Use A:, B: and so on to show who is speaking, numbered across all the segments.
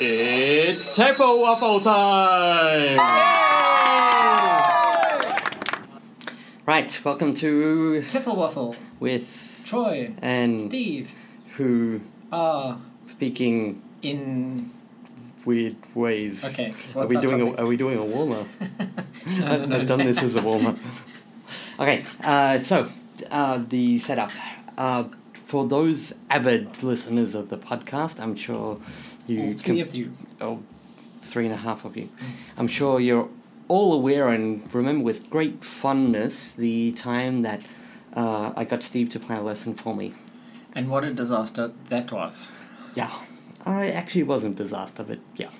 A: It's typo waffle time!
B: Right, welcome to
C: Tiffle Waffle,
B: with
C: Troy,
B: and
C: Steve
B: who
C: are
B: speaking
C: in.
B: weird ways.
C: Okay,
B: Are
C: what's
B: we
C: our
B: doing
C: topic?
B: a Are we doing a warm up?
C: No, no,
B: I've,
C: no.
B: I've done this as a warm up. okay, uh, so uh, the setup. Uh, for those avid listeners of the podcast, I'm sure you
C: All
B: can.
C: three of you.
B: Oh, three and a half of you. I'm sure you're all aware and remember with great fondness the time that uh, I got Steve to plan a lesson for me.
C: And what a disaster that was.
B: Yeah, I actually wasn't disaster, but yeah,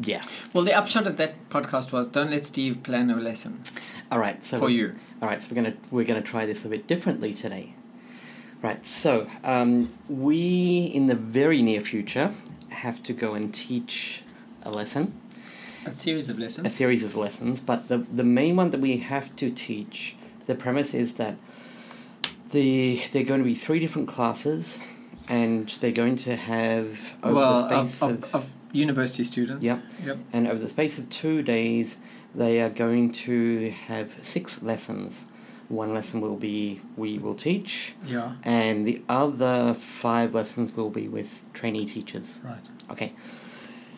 B: yeah.
C: Well, the upshot of that podcast was don't let Steve plan a lesson
B: All right, so
C: for you.
B: All right, so we're gonna we're gonna try this a bit differently today. Right, so um, we in the very near future have to go and teach a lesson,
C: A series of
B: a
C: lessons.
B: series of lessons. But the the main one that we have to teach, the premise is that the they're going to be three different classes, and they're going to have over
C: well, um,
B: the
C: of,
B: space
C: of, of university students.
B: Yep.
C: Yep.
B: and over the space of two days, they are going to have six lessons. One lesson will be we will teach,
C: Yeah.
B: and the other five lessons will be with trainee teachers.
C: Right.
B: Okay.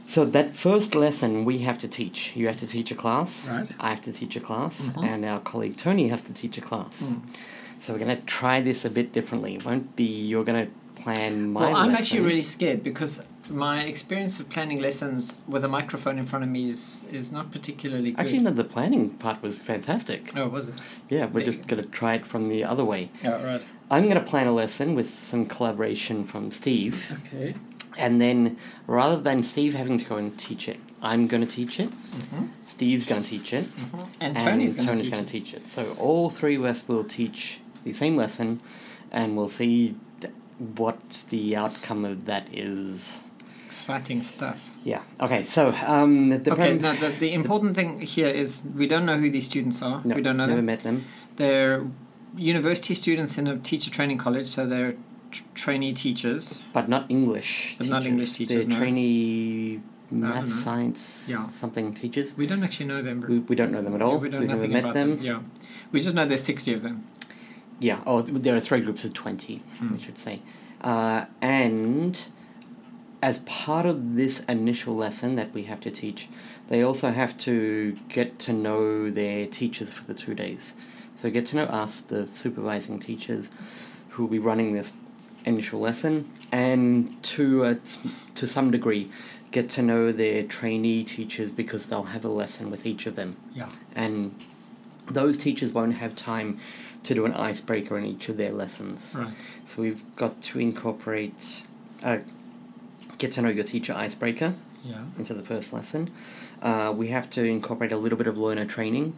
B: So that first lesson we have to teach. You have to teach a class.
C: Right.
B: I have to teach a class,
C: Mhm.
B: and our colleague Tony has to teach a class.
C: Mm.
B: So we're gonna try this a bit differently. It won't be you're gonna plan my.
C: Well, I'm
B: lesson.
C: actually really scared because my experience of planning lessons with a microphone in front of me is, is not particularly good.
B: Actually, no. The planning part was fantastic.
C: oh, was it?
B: Yeah, we're
C: Big.
B: just gonna try it from the other way.
C: Yeah, right.
B: I'm gonna plan a lesson with some collaboration from Steve,
C: Okay.
B: and then rather than Steve having to go and teach it, I'm gonna teach it. Steve's gonna teach it.
C: Mm-hmm, And, Tony's going to teach.
B: gonna
C: it.
B: teach it. So all three of us will teach the same lesson, and we'll see d- what the outcome of that is.
C: Exciting stuff.
B: Yeah. Okay. So um, the
C: okay,
B: prem-
C: now the, the important thing here is we don't know who these students are.
B: No,
C: we don't know
B: never
C: them.
B: met them.
C: They're university students in a teacher training college, so they're tr trainee teachers.
B: but not English.
C: But not English teachers,
B: They're
C: no.
B: trainee math,
C: no.
B: science,
C: Yeah.
B: something teachers.
C: We don't actually know them.
B: We, we don't know them at all.
C: we know
B: We've never
C: nothing
B: met
C: about
B: them.
C: Yeah, we just know there's sixty of them.
B: Yeah. Oh, th- there are three groups of twenty.
C: Hmm.
B: We should say, uh, and as part of this initial lesson that we have to teach, they also have to get to know their teachers for the two days. So get to know us, the supervising teachers, who will be running this initial lesson, and to a, to some degree, get to know their trainee teachers because they'll have a lesson with each of them
C: Yeah,
B: and those teachers won't have time to do an icebreaker in each of their lessons.
C: right.
B: So we've got to incorporate uh, get to know your teacher icebreaker
C: Yeah,
B: into the first lesson. Uh, we have to incorporate a little bit of learner training.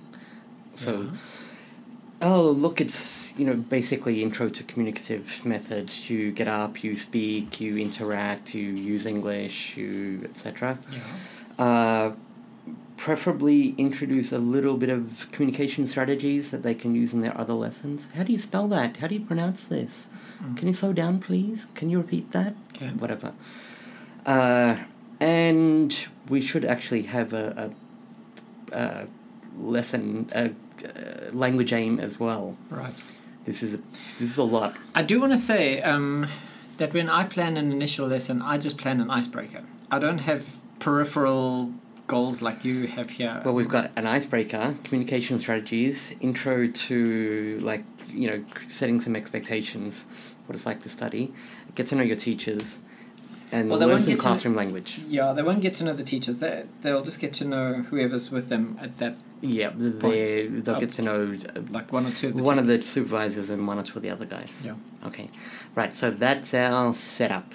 B: So,
C: Uh-huh.
B: oh, look, it's, you know, basically intro to communicative method. You get up, you speak, you interact, you use English, you etc
C: yeah,
B: uh, preferably introduce a little bit of communication strategies that they can use in their other lessons. How do you spell that? How do you pronounce this?
C: Mm.
B: Can you slow down, please? Can you repeat that?
C: Okay.
B: Whatever. Uh, and we should actually have a, a, a lesson, a, uh language aim as well.
C: right.
B: This is a, this is a lot.
C: I do want to say um, that when I plan an initial lesson, I just plan an icebreaker. I don't have peripheral goals like you have here.
B: Well, we've got an icebreaker, communication strategies, intro to like you know setting some expectations, what it's like to study, get to know your teachers, and
C: Well, they
B: learn
C: won't
B: some
C: get to kn-
B: classroom language.
C: Yeah, they won't get to know the teachers. They they'll just get to know whoever's with them at that,
B: Yeah, th- they they'll get to know uh,
C: like one or two of Oh. the.
B: one
C: teachers.
B: of the supervisors and one or two of the other guys.
C: Yeah.
B: Okay, right. So that's our setup.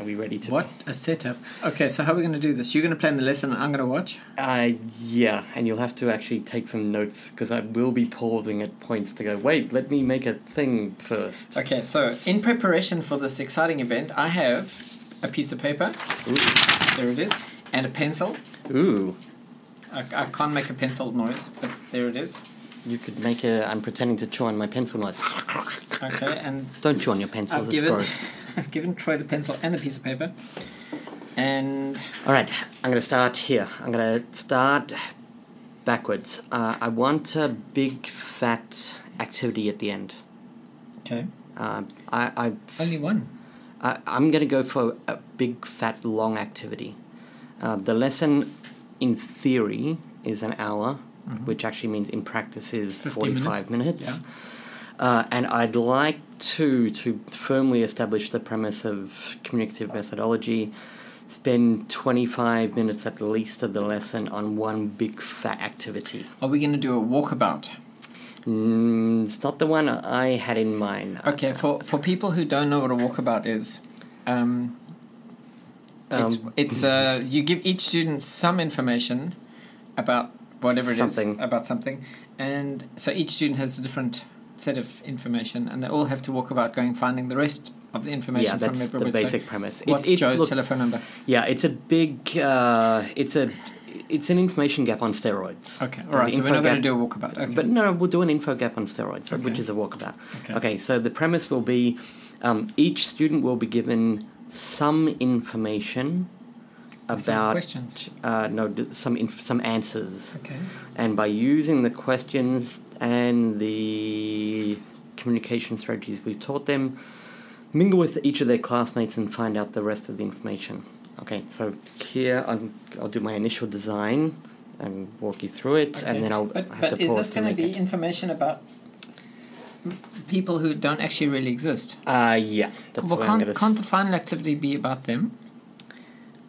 B: Are we ready to?
C: What a setup! Okay, so how are we going to do this? You're going to plan the lesson, and I'm going to watch.
B: Uh, yeah, and you'll have to actually take some notes because I will be pausing at points to go. Wait, let me make a thing first.
C: Okay, so in preparation for this exciting event, I have a piece of paper. There it is, and a pencil.
B: Ooh.
C: I, I can't make a pencil noise, but there it is.
B: You could make a. I'm pretending to chew on my pencil knife.
C: Okay, and
B: Don't chew on your pencils.
C: I've
B: it's
C: given,
B: gross.
C: I've given Troy the pencil and the piece of paper. And
B: All right, I'm gonna start here. I'm gonna start backwards. Uh, I want a big fat activity at the end.
C: okay,
B: Uh, I, I
C: only one.
B: I, I'm going to go for a big, fat, long activity. Uh, the lesson, in theory, is an hour, which actually means in practice is
C: 15 Mm-hmm. minutes.
B: 45 minutes. Uh, and I'd like to to firmly establish the premise of communicative methodology. Spend 25 minutes at least of the lesson on one big fat activity.
C: Are we going to do a walkabout?
B: Mm, it's not the one I had in mind.
C: Okay, for, for people who don't know what a walkabout is, um, it's,
B: Um,
C: it's uh, you give each student some information about whatever it is
B: Something.
C: about something, and so each student has a different set of information, and they all have to walk about going finding the rest of the information
B: yeah,
C: from
B: that's the
C: everywhere.
B: basic premise.
C: So
B: It-
C: what's
B: it
C: Joe's
B: look-
C: telephone number?
B: Yeah, it's a big. Uh, it's a. It's an information gap on steroids.
C: Okay, all
B: And
C: right.
B: the
C: So we're
B: info
C: not going to
B: gap-
C: do a walkabout. Okay.
B: But no, we'll do an info gap on steroids, which
C: Okay.
B: is a walkabout.
C: Okay.
B: so the premise will be, um, each student will be given some information about
C: Some questions.
B: Uh, no, d- some inf- some answers,
C: okay.
B: and by using the questions and the communication strategies we've taught them, mingle with each of their classmates and find out the rest of the information. Okay, so here I'm, I'll do my initial design and walk you through it,
C: Okay.
B: and then I'll
C: but,
B: have
C: but
B: to
C: is
B: pause
C: this
B: to
C: going to
B: make
C: be
B: it.
C: information about s- s- people who don't actually really exist?
B: Uh, yeah, that's
C: well,
B: what I'm
C: can't,
B: gonna. s-
C: can't the final activity be about them?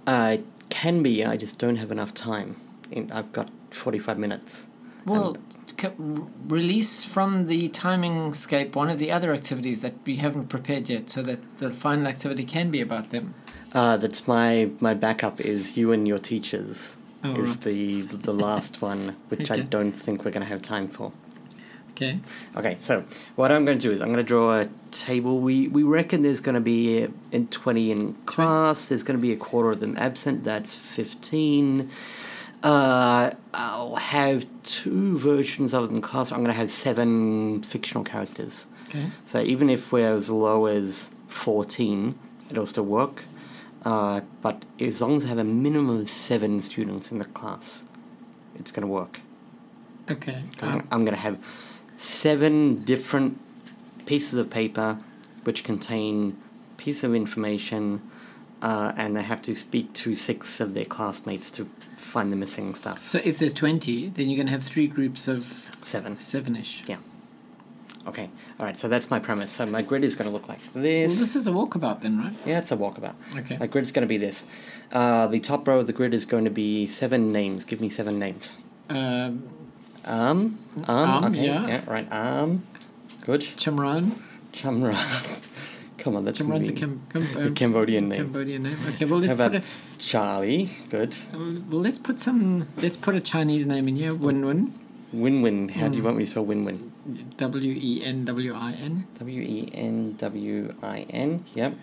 B: uh, it can be. I just don't have enough time. In, I've got forty-five minutes.
C: Well, c- r- release from the timing scape one of the other activities that we haven't prepared yet, so that the final activity can be about them.
B: Uh, that's my my backup is you and your teachers.
C: Oh,
B: is
C: right.
B: the the last one, which I
C: Okay.
B: don't think we're gonna have time for.
C: Okay.
B: Okay, so what I'm gonna do is I'm gonna draw a table. We we reckon there's gonna be in twenty in class. There's gonna be a quarter of them absent. That's fifteen. Uh, I'll have two versions of them in class. I'm gonna have seven fictional characters.
C: Okay.
B: So even if we're as low as 14, it'll still work. Uh, but as long as I have a minimum of seven students in the class, it's going to work.
C: Okay.
B: 'Cause I'm, I'm going to have seven different pieces of paper which contain piece of information, uh, and they have to speak to six of their classmates to find the missing stuff.
C: So if there's twenty, then you're going to have three groups of
B: Seven.
C: seven-ish.
B: Yeah. Okay. All right. So that's my premise. So my grid is going to look like this.
C: Well, this is a walkabout then, right?
B: Yeah, it's a walkabout.
C: Okay.
B: The grid's going to be this. Uh, the top row of the grid is going to be seven names. Give me seven names.
C: Um,
B: Um, um,
C: Um,
B: okay,
C: yeah.
B: right. Um, good.
C: Chamran.
B: Chamra. Come on, that's
C: Chamran's a
B: convenient.
C: Cam- Cam-
B: a
C: um,
B: Cambodian name.
C: Cambodian name. Okay. Well,
B: How
C: let's
B: about
C: put a,
B: Charlie? Good.
C: um, well, let's put some. Let's put a Chinese name in here. Win Win.
B: Win win. How
C: Hmm.
B: do you want me to spell win win?
C: W e n w i n.
B: W E N W I N. Yep.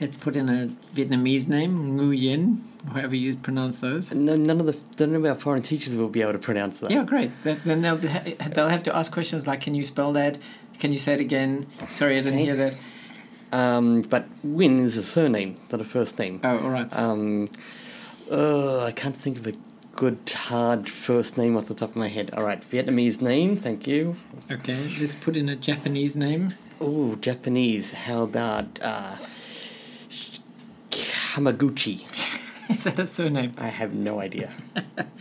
C: Let's put in a Vietnamese name, Ngu Yen, however you pronounce those.
B: No, none of the none of our foreign teachers will be able to pronounce that.
C: Yeah, great. Th- Then they'll be ha- they'll have to ask questions like, "Can you spell that? Can you say it again?" Sorry, I didn't hear that.
B: Um, but Win is a surname, not a first name.
C: Oh, all right.
B: Um, uh, I can't think of a good hard first name off the top of my head. All right, Vietnamese name, thank you.
C: Okay, let's put in a Japanese name.
B: Oh, Japanese. How about uh, Hamaguchi?
C: Is that a surname?
B: I have no idea.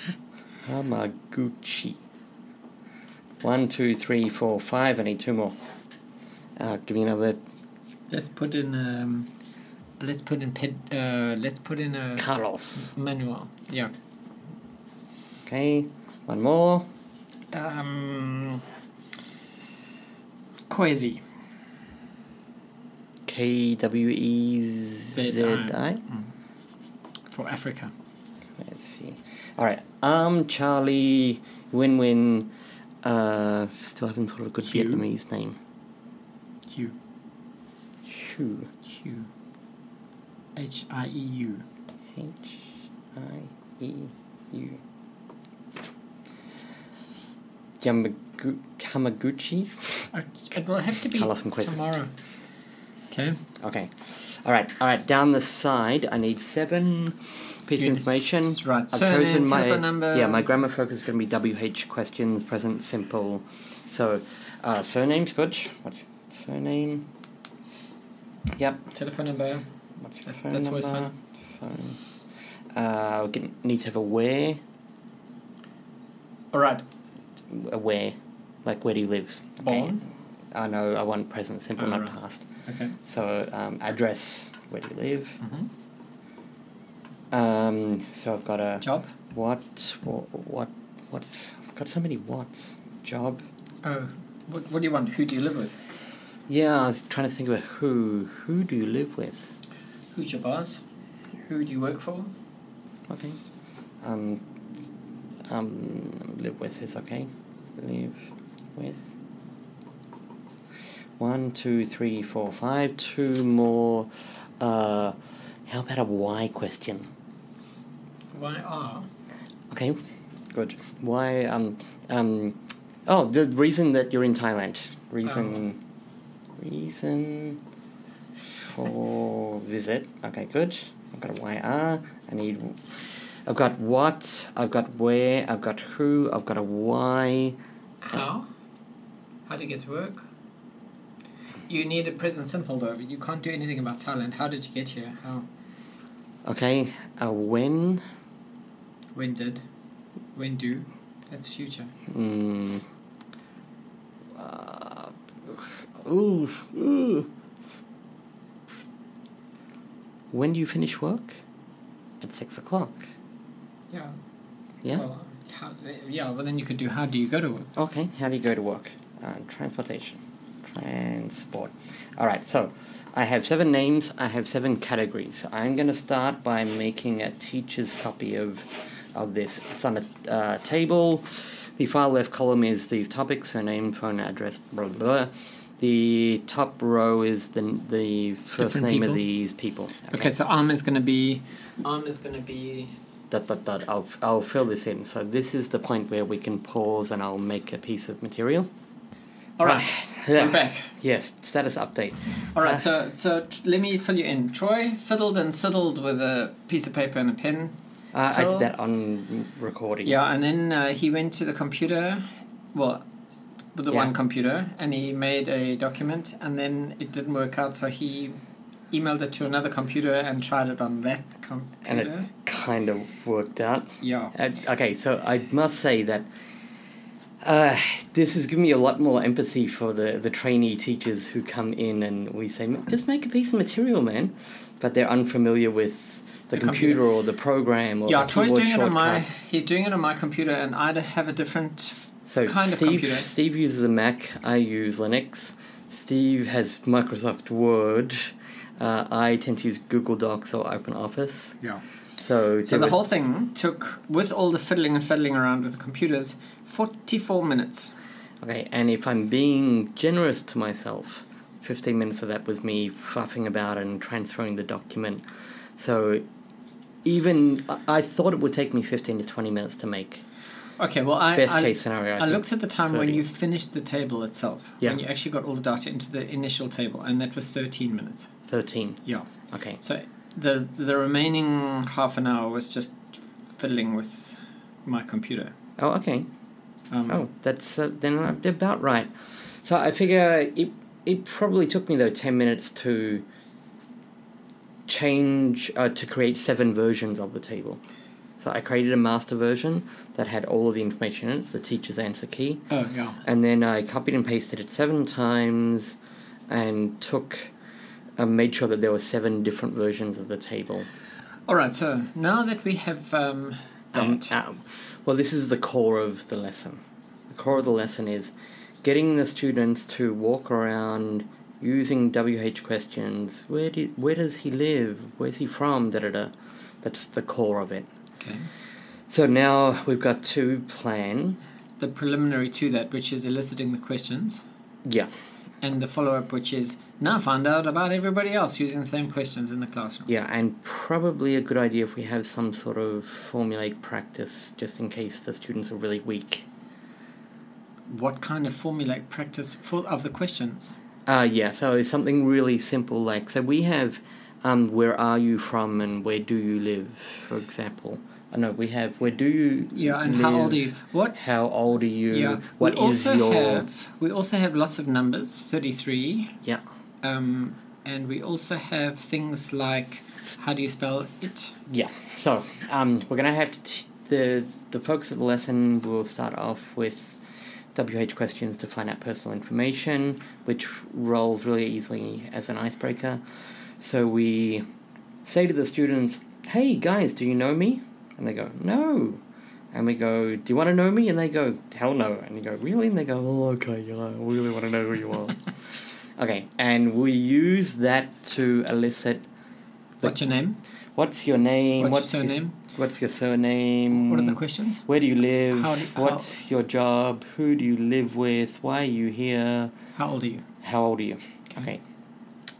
B: Hamaguchi. One, two, three, four, five. I need two more. Uh, give me another
C: Let's put in um, let's put in ped, uh, let's put in a
B: Carlos.
C: manual. Yeah.
B: Okay, one more.
C: Um, Kwezi.
B: K W E Z I.
C: Mm. For Africa.
B: Let's see. All right. Um, Charlie, Win Win. Uh, still haven't thought of a good
C: Hugh.
B: Vietnamese name.
C: Hugh.
B: Hugh.
C: Hugh. H I E U.
B: H I E U. Yamagu- Hamaguchi.
C: I- It will have to be
B: Carlos and Quest.
C: tomorrow. Okay.
B: Okay. All right. All right. Down the side, I need seven pieces of
C: Units.
B: information.
C: Right, surname, telephone number.
B: Yeah, my grammar focus is going to be WH questions, present simple. So, uh, surname, Scotch. What's surname? Yep.
C: Telephone number.
B: What's your
C: That-
B: phone
C: that's
B: number?
C: always
B: Phone. Uh, we can- need to have a where.
C: All right.
B: A where. Like, where do you live?
C: Born.
B: I know, I want present simple,
C: Oh,
B: not
C: right.
B: past.
C: Okay.
B: So, um, address, where do you live?
C: hmm
B: Um, so I've got a.
C: Job.
B: What? What? What? What's? I've got so many what's. Job.
C: Oh, what, what do you want? Who do you live with?
B: Yeah, I was trying to think about who. Who do you live with?
C: Who's your boss? Who do you work for?
B: Okay. Um. Um. Live with is okay. Live with. One, two, three, four, five. Two more. Uh, how about a why question?
C: Why ah. are?
B: Okay. Good. Why? Um. Um. Oh, the reason that you're in Thailand. Reason. Reason. For visit. Okay. Good. I've got a why are. I need. I've got what. I've got where. I've got who. I've got a why.
C: How? How do you get to work? You need a present simple though. You can't do anything about Thailand. How did you get here? How?
B: Okay. A when.
C: When did? When do? That's future.
B: Mm. Uh, ooh, ooh. When do you finish work? At six o'clock.
C: Yeah.
B: Yeah.
C: Well, how, yeah. Well, then you could do. How do you go to work?
B: Okay. How do you go to work? Uh, transportation. Transport. All right. So, I have seven names. I have seven categories. I'm gonna start by making a teacher's copy of, of this. It's on a uh, table. The far left column is these topics: surname, phone, address, blah blah. blah. The top row is the the first
C: Different
B: name
C: people?
B: of these people.
C: Okay. So arm is gonna be. Arm is gonna be.
B: Dot dot dot. I'll I'll fill this in. So this is the point where we can pause, and I'll make a piece of material.
C: All right.
B: Yeah.
C: I'm back.
B: Yes, status update.
C: All right,
B: Uh,
C: so so t- let me fill you in. Troy fiddled and siddled with a piece of paper and a pen.
B: Uh, I
C: So-
B: did that on recording.
C: Yeah, and then uh, he went to the computer, well, with the
B: Yeah.
C: one computer, and he made a document, and then it didn't work out, so he emailed it to another computer and tried it on that
B: And
C: computer.
B: it kind of worked out.
C: yeah.
B: Uh, okay, so I must say that uh, this has given me a lot more empathy for the, the trainee teachers who come in and we say, "M- just make a piece of material, man. But they're unfamiliar with the,
C: The
B: computer,
C: computer.
B: or the program or
C: yeah,
B: the
C: Troy's
B: keyboard
C: doing it on my.
B: shortcut.
C: He's doing it on my computer, and I have a different. f-
B: So
C: kind of
B: Steve,
C: computer.
B: Steve uses a Mac. I use Linux. Steve has Microsoft Word. Uh, I tend to use Google Docs or OpenOffice.
C: Yeah.
B: So,
C: So
B: there
C: the
B: were-
C: whole thing took, with all the fiddling and fiddling around with the computers, forty-four minutes.
B: Okay, and if I'm being generous to myself, 15 minutes of that was me fluffing about and transferring the document. So even I- I thought it would take me 15 to 20 minutes to make.
C: Okay, well, I
B: Best
C: I,
B: case scenario. I,
C: I
B: think.
C: looked at the time when
B: 30.
C: you finished the table itself,
B: Yeah.
C: when you actually got all the data into the initial table, and that was 13 minutes.
B: 13.
C: Yeah.
B: Okay.
C: So the the remaining half an hour was just fiddling with my computer.
B: Oh, okay.
C: Um,
B: Oh, that's uh, then I'm about right. So I figure it it probably took me though ten minutes to change uh, to create seven versions of the table. So I created a master version that had all of the information in it, so the teacher's answer key,
C: Oh, yeah.
B: and then I copied and pasted it seven times, and took. Uh, made sure that there were seven different versions of the table.
C: All right, so now that we have um, that,
B: Um, um, well, this is the core of the lesson. The core of the lesson is getting the students to walk around using WH questions. Where do, where does he live? Where's he from? Da da da. That's the core of it.
C: okay,
B: So now we've got to plan.
C: the preliminary to that, which is eliciting the questions,
B: Yeah.
C: and the follow up, which is now find out about everybody else using the same questions in the classroom.
B: Yeah, and probably a good idea if we have some sort of formulaic practice just in case the students are really weak.
C: what kind of formulaic practice for, of the questions?
B: Uh, yeah, so it's something really simple like so we have um, where are you from and where do you live, for example. I know we have where do you
C: Yeah, and how old are you?
B: live,
C: What?
B: How old are you?
C: Yeah,
B: What
C: we
B: is
C: also
B: your
C: have we also have lots of numbers, thirty-three,
B: yeah
C: um, and we also have things like how do you spell it?
B: yeah? So um, we're gonna have to t- the the focus of the lesson will start off with WH questions to find out personal information, which rolls really easily as an icebreaker. So we say to the students, "Hey guys, do you know me?" And they go, "No." And we go, "Do you want to know me?" And they go, "Hell no." And you go, "Really?" And they go, "Oh, okay. Yeah, I really want to know who you are." okay, and we use that to elicit The-
C: What's your name?
B: what's your name,
C: What's your
B: Your,
C: surname?
B: what's your surname,
C: What are the questions?
B: where do you live,
C: How do- how-
B: what's your job, who do you live with, why are you here,
C: How old are you?
B: how old are you? Okay,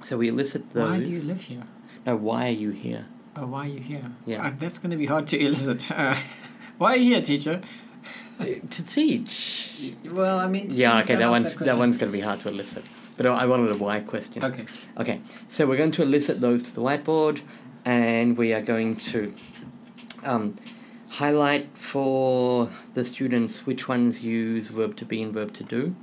B: so we elicit those.
C: Why do you live here?
B: no, why are you here?
C: Oh, why are you here?
B: Yeah.
C: Uh, that's going to be hard to elicit. Uh, why are you here, teacher? Uh,
B: to teach.
C: Well, I mean,
B: Yeah, okay, that one's that,
C: question.
B: one's going to be hard to elicit. But I I wanted a why question.
C: Okay.
B: Okay, so we're going to elicit those to the whiteboard, and we are going to um, highlight for the students which ones use verb to be and verb to do,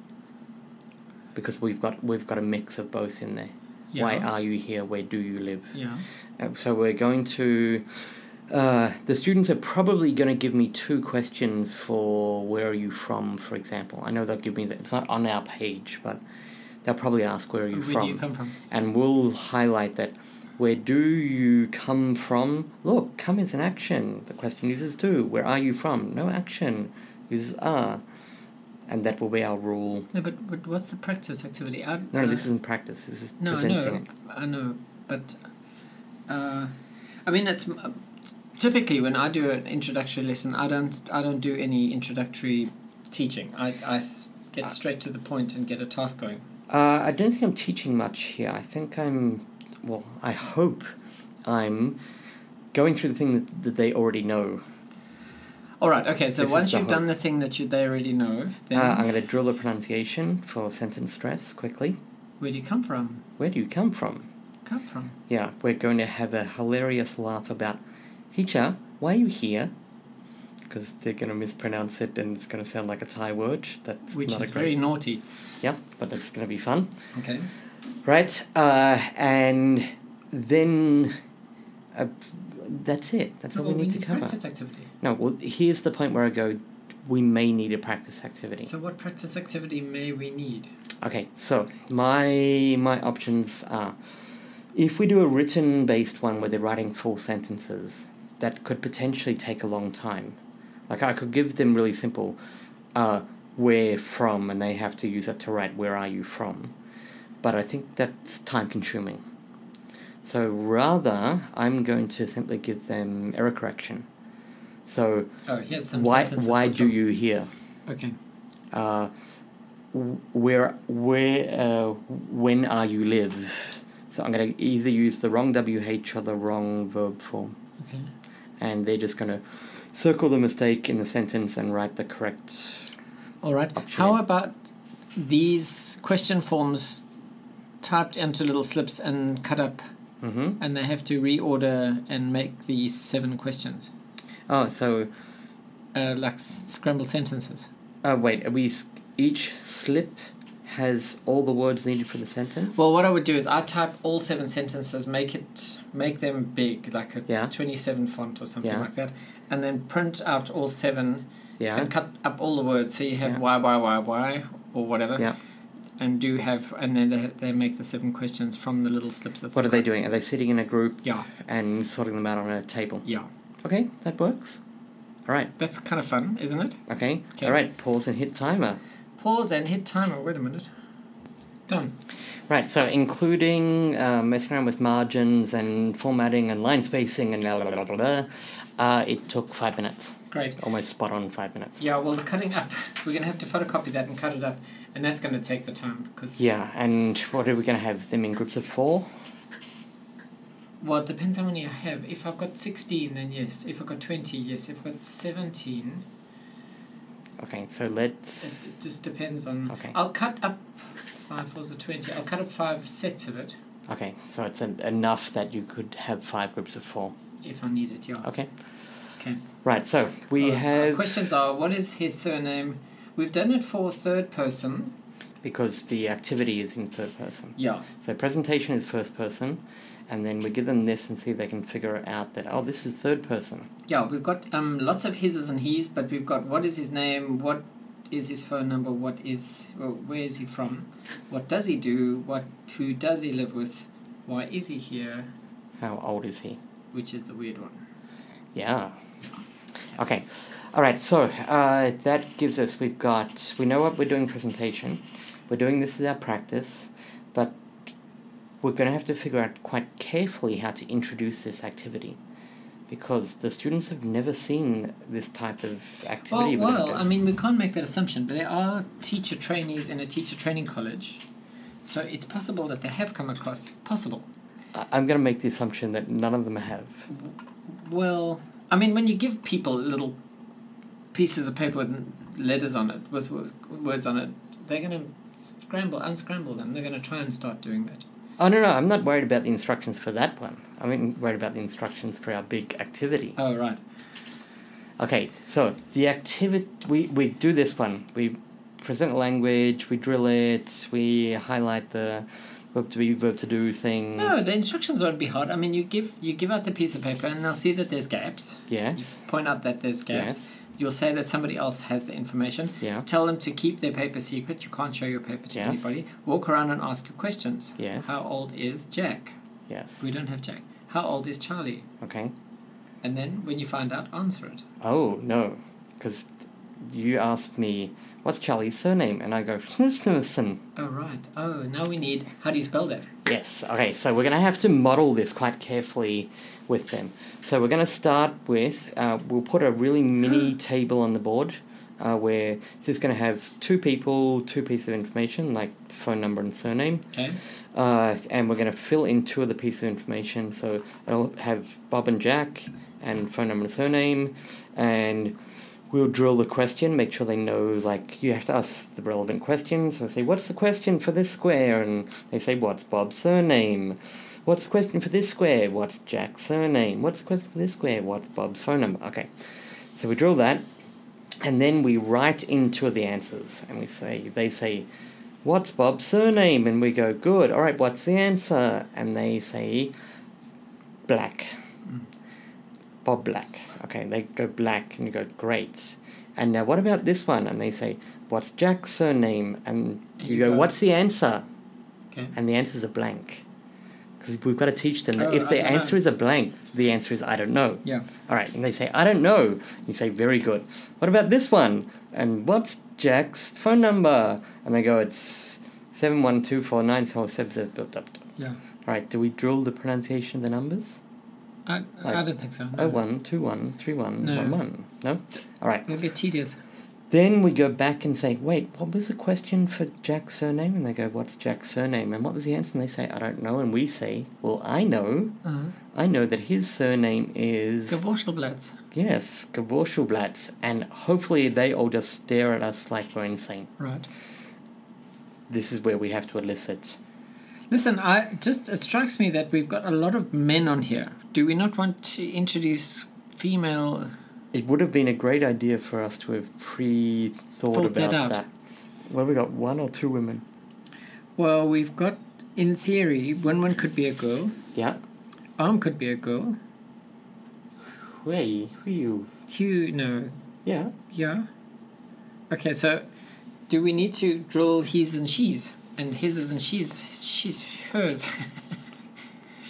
B: because we've got we've got a mix of both in there.
C: Yeah.
B: Why are you here? Where do you live?
C: Yeah.
B: Uh, so we're going to. Uh, the students are probably going to give me two questions for where are you from, for example. I know they'll give me that. It's not on our page, but they'll probably ask where are you
C: Where
B: from
C: do you come from?
B: and we'll highlight that where do you come from? Look, come is an action. The question uses do. Where are you from? No action. Uses are. And that will be our rule.
C: No, but, but what's the practice activity? I,
B: No,
C: uh,
B: this isn't practice. This is
C: No, I
B: presenting
C: know. I know. But, uh, I mean, it's. Uh, typically, when I do an introductory lesson, I don't, I don't do any introductory teaching. I, I s-
B: Ah.
C: get straight to the point and get a task going.
B: it. Uh, I don't think I'm teaching much here. I think I'm, well, I hope I'm going through the thing that, that they already know.
C: All right, okay, so
B: This is
C: once
B: the
C: you've
B: hook.
C: done the thing that you, they already know, then
B: Uh, I'm going to drill the pronunciation for sentence stress quickly.
C: where do you come from?
B: Where do you come from?
C: Come from?
B: Yeah, we're going to have a hilarious laugh about, teacher, why are you here? Because they're going to mispronounce it and it's going to sound like a Thai word. That's
C: Which
B: not
C: is
B: a great,
C: very naughty.
B: Yeah, but that's going to be fun.
C: Okay.
B: Right? Uh, and then uh, that's it. That's all
C: Well,
B: we need to
C: need
B: cover.
C: Practice activity.
B: No, well, here's the point where I go, we may need a practice activity.
C: So, what practice activity may we need?
B: Okay, so my my options are if we do a written based one where they're writing full sentences, that could potentially take a long time. Like I could give them really simple uh where from and they have to use that to write where are you from. But I think that's time consuming. So rather I'm going to simply give them error correction. So
C: Oh, here's some
B: why
C: sentences.
B: why
C: which
B: do
C: are-
B: you here?
C: Okay.
B: uh, w- where where uh, when are you live? So I'm gonna either use the wrong wh or the wrong verb form,
C: Okay.
B: and they're just gonna circle the mistake in the sentence and write the correct.
C: All right.
B: Actually-
C: How about these question forms typed into little slips and cut up,
B: Mm-hmm.
C: and they have to reorder and make the seven questions,
B: Oh, so
C: uh, like s- scrambled sentences?
B: uh, wait, we s- each slip has all the words needed for the sentence.
C: Well, what I would do is I type all seven sentences, make it make them big, like a
B: Yeah.
C: twenty-seven font or something
B: Yeah.
C: like that, and then print out all seven
B: yeah,
C: and cut up all the words. So you have
B: Yeah.
C: why, why, why, why, or whatever.
B: Yeah.
C: And do have, and then they, they make the seven questions from the little slips. That
B: what are they
C: they've
B: doing? Are they sitting in a group
C: got. Yeah,
B: and sorting them out on a table?
C: yeah.
B: Okay, that works. All right.
C: That's kind of fun, isn't it?
B: Okay.
C: Okay.
B: All right. Pause and hit timer.
C: Pause and hit timer. Wait a minute. Done.
B: Right, so including uh, messing around with margins and formatting and line spacing and blah, blah, blah, blah, blah, uh, it took five minutes,
C: Great.
B: almost spot on five minutes.
C: Yeah, well, the cutting up, we're going to have to photocopy that and cut it up, and that's going to take the time because,
B: Yeah, and what are we going to have them in groups of four?
C: well, it depends how many I have. If I've got 16, then yes. If I've got 20, yes. If I've got 17,
B: Okay, so let's.
C: It, it just depends on.
B: Okay.
C: I'll cut up five fours are twenty. I'll cut up five sets of it
B: Okay, so it's en- enough that you could have five groups of four.
C: if I need it. Yeah.
B: Okay.
C: Okay.
B: Right, so we
C: Uh,
B: have.
C: questions are what is his surname? We've done it for third person.
B: Because the activity is in third person.
C: Yeah.
B: So presentation is first person, and then we give them this and see if they can figure out that, oh, this is third person.
C: Yeah, we've got um lots of hises and he's, but we've got what is his name? What is his phone number? What is well, where is he from? What does he do? What who does he live with? Why is he here?
B: How old is he?
C: Which is the weird one.
B: Yeah. Okay. All right. So uh, that gives us. We've got. We know what we're doing. Presentation. We're doing this as our practice, but we're going to have to figure out quite carefully how to introduce this activity, because the students have never seen this type of activity. we're gonna
C: Oh, well, well,
B: do.
C: I mean, we can't make that assumption, but there are teacher trainees in a teacher training college, so it's possible that they have come across possible.
B: I- I'm going to make the assumption that none of them have.
C: Well, I mean, when you give people little pieces of paper with n- letters on it, with wo- words on it, they're going to scramble, unscramble them. They're going to try and start doing that.
B: Oh no, no, I'm not worried about the instructions for that one. I'm worried about the instructions for our big activity.
C: Oh, right.
B: Okay, so the activity we, we do this one. We present language, we drill it, we highlight the verb to be, verb to do thing.
C: No, the instructions won't be hard. I mean, you give you give out the piece of paper, and they'll see that there's gaps. You
B: Yes.
C: point out that there's gaps.
B: Yes.
C: You'll say that somebody else has the information.
B: Yeah.
C: Tell them to keep their paper secret. You can't show your paper to
B: Yes.
C: anybody. Walk around and ask your questions.
B: Yes.
C: How old is Jack?
B: Yes.
C: We don't have Jack. How old is Charlie?
B: Okay.
C: And then when you find out, answer it.
B: Oh no, because you asked me what's Charlie's surname, and I go Snusnussen.
C: Oh, right. Oh, now we need. How do you spell that?
B: Yes. Okay. So we're going to have to model this quite carefully with them. So we're going to start with uh, we'll put a really mini table on the board uh, where it's just going to have two people, two pieces of information like phone number and surname,
C: Okay.
B: uh, and we're going to fill in two of the pieces of information. So I'll have Bob and Jack and phone number and surname, and we'll drill the question, make sure they know, like, you have to ask the relevant question. So say, what's the question for this square? And they say, what's Bob's surname? What's the question for this square? What's Jack's surname? What's the question for this square? What's Bob's phone number? Okay. So we drill that, and then we write into the answers, and we say, they say, what's Bob's surname? And we go, good, all right, what's the answer? And they say, black.
C: Mm.
B: Bob Black. Okay, they go black, and you go, great. And now, what about this one? And they say, what's Jack's surname? And
C: And
B: you
C: you
B: go,
C: go-
B: what's the answer?
C: Okay.
B: And the answers are blank. Because we've got to teach them that
C: Oh,
B: if
C: I
B: the
C: don't know.
B: answer is a blank, the answer is I don't know.
C: Yeah.
B: All right, and they say, I don't know. You say, very good. What about this one? And what's Jack's phone number? And they go, it's 71249. All
C: Yeah.
B: right, do we drill the pronunciation of the numbers?
C: I, I
B: Like-
C: don't think so. No.
B: Oh, one, two, one, three, one,
C: No.
B: one, one. No? All right.
C: It'll get tedious.
B: Then we go back and say, wait, what was the question for Jack's surname? And they go, what's Jack's surname? And what was the answer? And they say, I don't know. And we say, well, I know.
C: Uh-huh.
B: I know that his surname is.
C: Geworschelblatt.
B: Yes, Gewurztblatts, and hopefully they all just stare at us like we're insane.
C: Right.
B: This is where we have to elicit.
C: Listen, I just it strikes me that we've got a lot of men on here. Do we not want to introduce female?
B: It would have been a great idea for us to have pre-thought
C: Thought that
B: about
C: out.
B: that. Well, we got one or two women.
C: Well, we've got in theory one one could be a girl.
B: Yeah.
C: Arm could be a girl.
B: Hui, Huyu.
C: Hugh, no,
B: Yeah.
C: yeah. Okay, so do we need to drill his and she's and his and she's she's hers?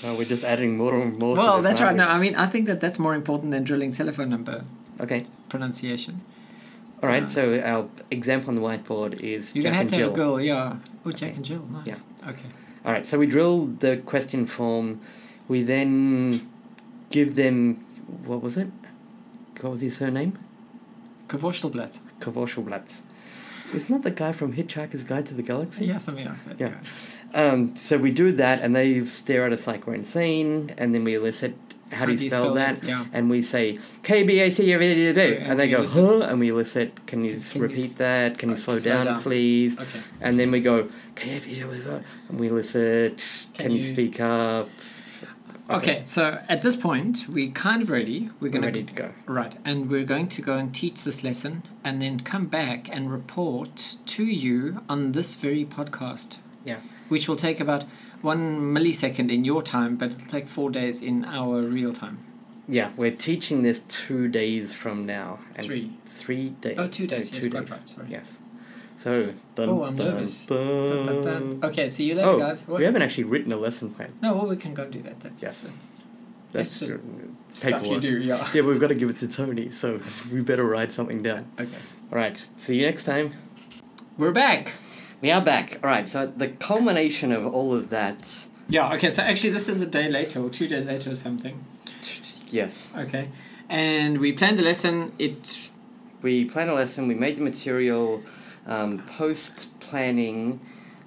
B: Well, we're just adding more and more. to
C: well,
B: this,
C: that's right.
B: aren't
C: No, I mean I think that that's more important than drilling telephone number
B: we? Okay.
C: pronunciation.
B: All right.
C: Uh,
B: so our example on the whiteboard is Jack
C: You're gonna have
B: and
C: to
B: Jill.
C: have a girl, yeah. Oh, Jack and Jill, nice. Okay.
B: All right, so we drill the question form. We then give them what was it? What was his surname?
C: Gewurstelblatt.
B: Kovorshelblatt. Isn't that the guy from Hitchhiker's Guide to the Galaxy?
C: Yeah, something like that.
B: Yeah. Um, so we do that, and they stare at us like we're insane, and then we elicit how do you spell, that?
C: it? Yeah.
B: And we say K B A C and
C: and
B: they
C: we
B: go
C: listen.
B: huh, and we elicit, can you
C: Can-
B: s-
C: can you
B: repeat
C: s-
B: that? Can you
C: uh,
B: slow,
C: slow
B: down,
C: down."
B: please?
C: Okay.
B: And then we go K B A C and we elicit, can, you
C: you-
B: speak up?
C: okay. So at this point, we're kind of ready. We're
B: we're
C: gonna
B: ready to go.
C: Right, and we're going to go and teach this lesson and then come back and report to you on this very podcast.
B: Yeah.
C: Which will take about one millisecond in your time, but it'll take four days in our real time.
B: Yeah, we're teaching this two days from now.
C: Three.
B: Three Eh, days.
C: Oh, two days.
B: No,
C: yes, quite right. Sorry.
B: Yes. So. Dun,
C: Oh, I'm
B: dun,
C: nervous. Dun,
B: dun.
C: dun, dun. Okay, see you later,
B: Oh,
C: guys. What?
B: we haven't actually written a lesson plan.
C: No, well, we can go do that. That's,
B: Yes.
C: that's
B: That's
C: That's just
B: Paperwork.
C: stuff you do, yeah.
B: yeah, we've got to give it to Tony, so we better write something down.
C: Okay.
B: All right, see you next time.
C: We're back.
B: We are back. All right, so the culmination of all of that,
C: Yeah, okay, so actually, this is a day later or two days later or something.
B: yes,
C: Okay. And we planned the lesson. It
B: we planned a lesson, we made the material, um, post planning,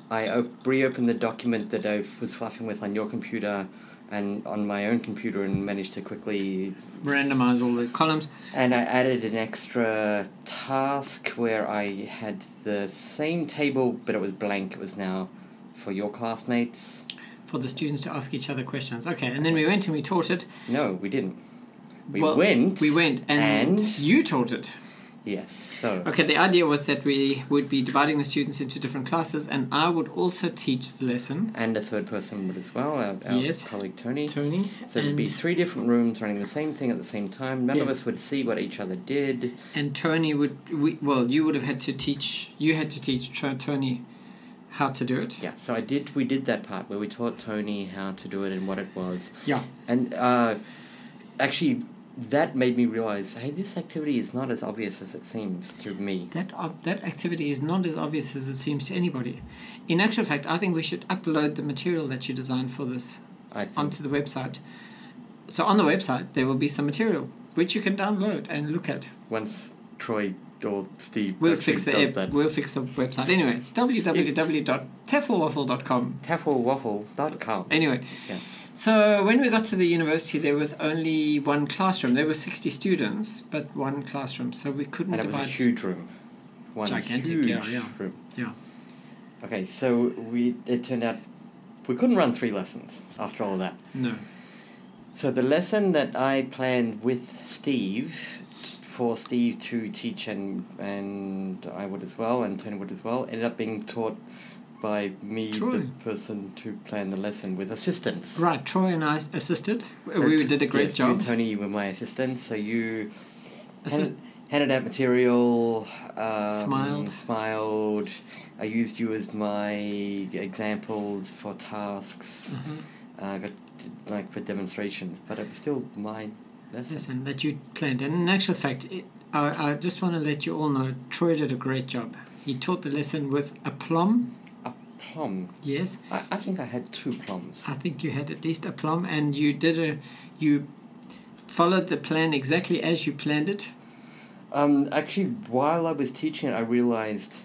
B: I op- reopened the document that I was fluffing with on your computer and on my own computer and managed to quickly
C: randomized all the columns.
B: And I added an extra task where I had the same table, but it was blank. It was now for your classmates.
C: for the students to ask each other questions. Okay, and then we went and we taught it.
B: No, we didn't. We
C: Well,
B: went.
C: We went and, you taught it.
B: yes. So
C: Okay, the idea was that we would be dividing the students into different classes, and I would also teach the lesson,
B: and a third person would as well. Our, our
C: Yes.
B: colleague Tony.
C: Tony.
B: So it'd
C: and,
B: be three different rooms running the same thing at the same time. None of
C: Yes.
B: us would see what each other did.
C: and Tony would. We, well, you would have had to teach. You had to teach Tro- Tony how to do it.
B: Yeah. So I did. We did that part where we taught Tony how to do it and what it was.
C: Yeah.
B: And uh, actually, that made me realize hey, this activity is not as obvious as it seems to me.
C: That ob- that activity is not as obvious as it seems to anybody. In actual fact, I think we should upload the material that you designed for this
B: I think.
C: onto the website. So on the website, there will be some material which you can download and look at.
B: Once Troy or Steve
C: We'll
B: actually
C: fix the
B: does
C: app-
B: that.
C: we'll fix the website anyway. It's www.teffelwaffle.com.
B: Tafflewaffle.com.
C: Anyway,
B: Yeah.
C: so when we got to the university, there was only one classroom. There were sixty students, but one classroom, so we couldn't
B: And it was a
C: divide.
B: huge room. One
C: Gigantic,
B: huge
C: yeah, yeah.
B: room.
C: Yeah.
B: Okay, so we it turned out we couldn't run three lessons after all of that.
C: No.
B: So the lesson that I planned with Steve for Steve to teach and and I would as well and Tony would as well ended up being taught by me, the
C: Troy.
B: person to plan the lesson with assistance.
C: Right. Troy and I assisted.
B: Uh,
C: We
B: t-
C: did a great
B: yes, you and
C: job.
B: Tony, you were my assistant, so you
C: Assist-
B: handed, handed out material. Um,
C: Smiled.
B: Smiled. I used you as my examples for tasks.
C: Mhm.
B: Uh, got like for demonstrations, but it was still my lesson.
C: Listen, that you planned. And in actual fact, it, I, I just want to let you all know Troy did a great job. He taught the lesson with aplomb.
B: A plum.
C: Yes,
B: I, I think I had two plums.
C: I think you had at least aplomb, and you did a, you followed the plan exactly as you planned it.
B: Um, actually, while I was teaching it, I realized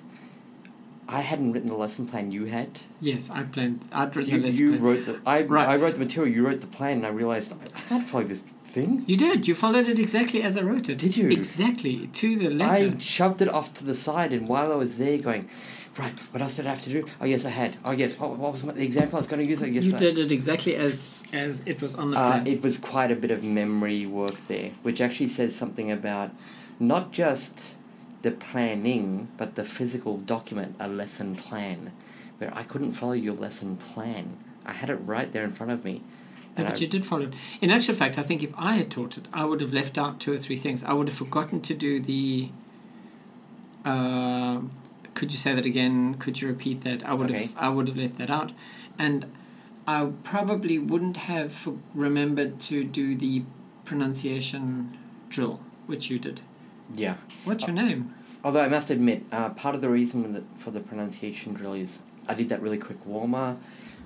B: I hadn't written the lesson plan you had.
C: Yes, I planned. I'd
B: So
C: written
B: you
C: the lesson.
B: you
C: plan.
B: wrote the I,
C: Right.
B: I wrote the material. You wrote the plan, and I realized I, I can't follow this thing.
C: you did. You followed it exactly as I wrote it.
B: Did you?
C: Exactly to the letter.
B: I shoved it off to the side, and while I was there, going, right, what else did I have to do? Oh yes, I had. Oh yes, what, what was my, the example I was going to use? Oh yes,
C: you
B: I,
C: did it exactly as as it was on the
B: Uh,
C: plan.
B: it was quite a bit of memory work there, which actually says something about not just the planning, but the physical document, a lesson plan, where I couldn't follow your lesson plan. I had it right there in front of me.
C: No,
B: And
C: but
B: I-
C: you did follow it. In actual fact, I think if I had taught it, I would have left out two or three things. I would have forgotten to do the. Uh, could you say that again? Could you repeat that? I would
B: Okay.
C: have. I would have left that out, and I probably wouldn't have for- remembered to do the pronunciation drill, which you did.
B: yeah.
C: What's
B: Uh,
C: your name?
B: Although I must admit, uh, part of the reason that for the pronunciation drill is I did that really quick warmer,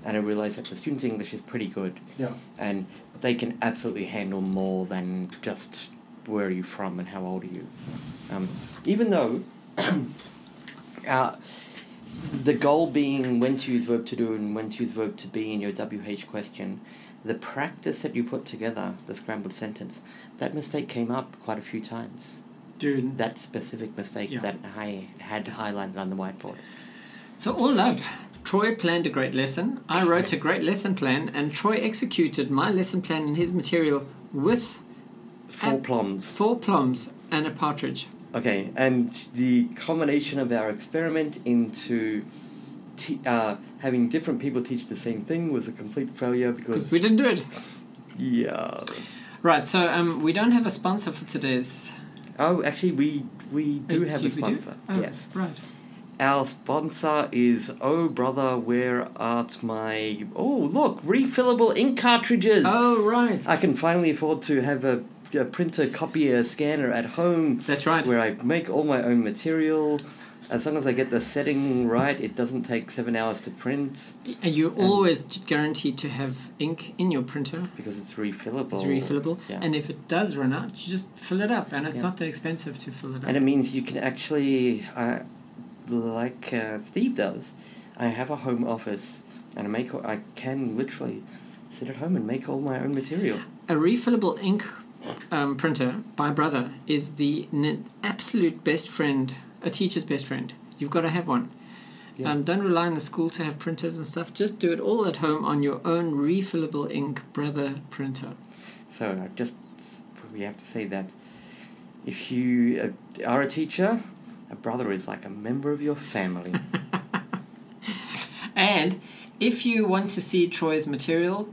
B: and I realized that the students' English is pretty good,
C: Yeah.
B: and they can absolutely handle more than just where are you from and how old are you. Um, even though uh, the goal being when to use verb to do and when to use verb to be in your WH question. The practice that you put together, the scrambled sentence, that mistake came up quite a few times.
C: Dude.
B: That specific mistake
C: Yeah.
B: that I had highlighted on the whiteboard.
C: So all up, Troy planned a great lesson. I wrote a great lesson plan, and Troy executed my lesson plan in his material with
B: Four
C: And-
B: plums.
C: four plums and a partridge.
B: Okay, and the combination of our experiment into te- uh, having different people teach the same thing was a complete failure
C: Because
B: because.
C: we didn't do it.
B: yeah.
C: Right. So um, we don't have a sponsor for today's.
B: Oh, actually, we we do
C: Uh,
B: have
C: you-
B: a
C: we do?
B: sponsor.
C: Oh,
B: Yes.
C: Right.
B: Our sponsor is Oh Brother, Where Art My. Oh, look, refillable ink cartridges!
C: Oh right.
B: I can finally afford to have a, a printer, copier, scanner at home
C: That's right.
B: where I make all my own material. As long as I get the setting right, it doesn't take seven hours to print
C: And you're always guaranteed to have ink in your printer.
B: because it's refillable.
C: It's refillable,
B: yeah.
C: and if it does run out, you just fill it up, and it's
B: Yeah.
C: not that expensive to fill it up.
B: And it means you can actually, uh, like uh, Steve does, I have a home office and I make I can literally sit at home and make all my own material.
C: a refillable ink um, printer by Brother is the n- absolute best friend, a teacher's best friend. You've got to have one.
B: Yeah.
C: Um, don't rely on the school to have printers and stuff. Just do it all at home on your own refillable ink Brother printer.
B: So I just we have to say that if you uh, are a teacher, a brother is like a member of your family.
C: And if you want to see Troy's material,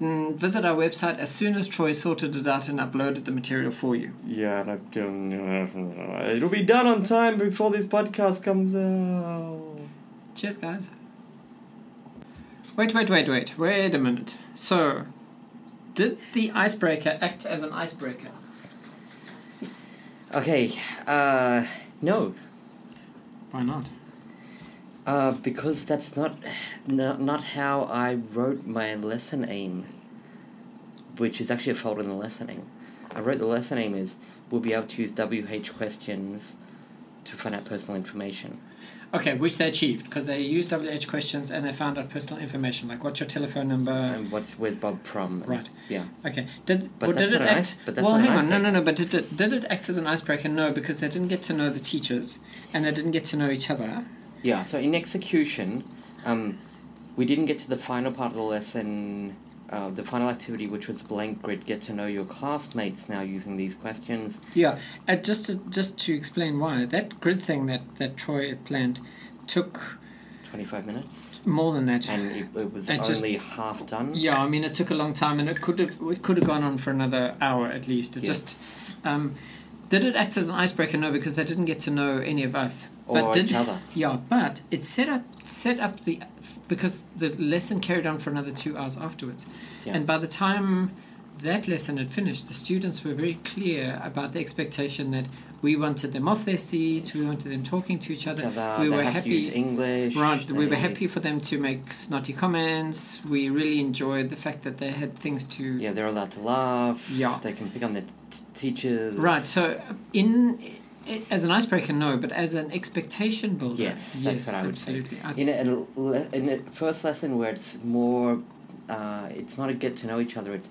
C: mm, visit our website as soon as Troy sorted it out and uploaded the material for you.
B: yeah, and I'm doing, it'll be done on time before this podcast comes out.
C: Cheers, guys. Wait, wait, wait, wait. Wait a minute. So, did the icebreaker act as an icebreaker?
B: Okay, uh, no,
C: Why not?
B: Uh, because that's not, not not how I wrote my lesson aim, which is actually a fault in the lesson aim. I wrote the lesson aim is we'll be able to use WH questions to find out personal information.
C: Okay, which they achieved because they used WH questions and they found out personal information like what's your telephone number.
B: and what's where's Bob from? and-
C: Uh, Right.
B: Yeah.
C: okay, did
B: But
C: or
B: that's
C: did it
B: not an ice-
C: act?
B: but that's
C: well,
B: not an
C: hang on, no, no, no. But did it did it act as an icebreaker? No, because they didn't get to know the teachers and they didn't get to know each other.
B: Yeah. So in execution, um, we didn't get to the final part of the lesson. Uh, the final activity, which was blank grid, get to know your classmates now using these questions.
C: Yeah, uh, just to, just to explain why that grid thing that that Troy planned took
B: Twenty five minutes,
C: more than that.
B: and it, it was
C: And just-
B: only half done.
C: Yeah, I mean it took a long time, and it could have it could have gone on for another hour at least. It
B: Yeah.
C: just um, did it act as an icebreaker? No, because they didn't get to know any of us.
B: Or
C: did,
B: each other.
C: Yeah, but it set up set up the because the lesson carried on for another two hours afterwards,
B: Yeah.
C: and by the time that lesson had finished, the students were very clear about the expectation that we wanted them off their seats, we wanted them talking to each other,
B: each other.
C: we
B: they
C: were
B: had
C: happy.
B: to use English.
C: Right, we
B: they-
C: were happy for them to make snotty comments. We really enjoyed the fact that they had things to.
B: Yeah, they're allowed to laugh.
C: Yeah.
B: They can pick on their t- teachers.
C: Right, so in i- as an icebreaker, no, but as an expectation builder,
B: Yes, that's what I would say.
C: absolutely. I-
B: In a, le- in a first lesson where it's more, uh, it's not a get to know each other. It's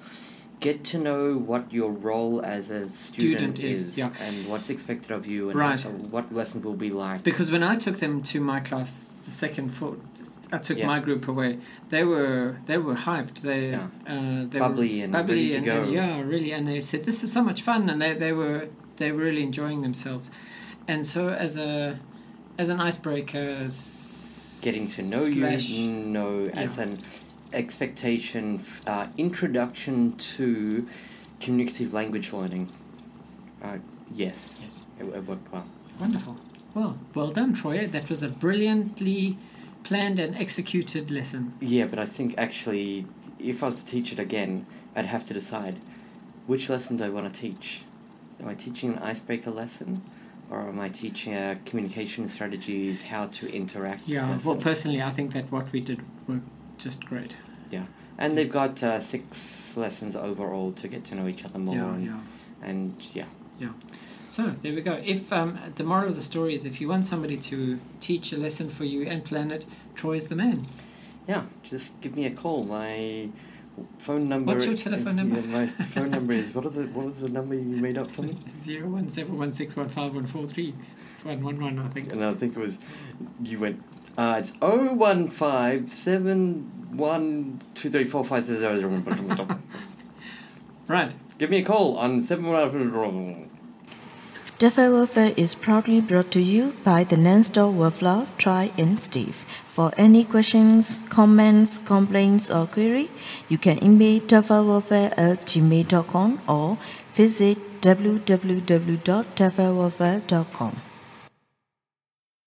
B: get to know what your role as a student,
C: Student is, yeah.
B: and what's expected of you, and
C: Right.
B: how- what lesson will be like.
C: Because when I took them to my class, the second four, I took
B: Yeah.
C: my group away. They were they were hyped. They
B: Yeah.
C: uh, they
B: Bubbly
C: were
B: and
C: bubbly
B: ready to
C: and,
B: go.
C: and yeah, really. And they said this is so much fun, and they, they were they were really enjoying themselves. And so as a as an icebreaker, s-
B: Getting to know
C: slash-
B: you, no, as
C: Yeah.
B: an expectation, f- uh, introduction to communicative language learning. Uh, yes,
C: Yes,
B: it, it worked well.
C: wonderful. Well, well done, Troy. That was a brilliantly planned and executed lesson.
B: Yeah, but I think actually, if I was to teach it again, I'd have to decide which lesson do I want to teach? Am I teaching an icebreaker lesson? Or am I teaching a communication strategies, how to interact?
C: Yeah. Well,
B: lesson?
C: personally, I think that what we did worked just great.
B: and they've got uh, six lessons overall to get to know each other more.
C: Yeah.
B: and,
C: Yeah.
B: and yeah.
C: So there we go. If um, the moral of the story is, if you want somebody to teach a lesson for you and plan it, Troy's the man.
B: Yeah, just give me a call. My phone number.
C: What's your telephone number?
B: Yeah, my phone number is what? Are the, what was the number you made up for me?
C: Zero one seven one six one five one four three one one one. I think.
B: And I think it was you went. Uh, it's oh one five seven one two three four five six zero zero.
C: Right.
B: Give me a call on seven one.
D: Defo Warfare is proudly brought to you by the non-stop Wallflower, Try and Steve. For any questions, comments, complaints, or query, you can email defowarfare at gmail.com or visit www.defowarfare.com.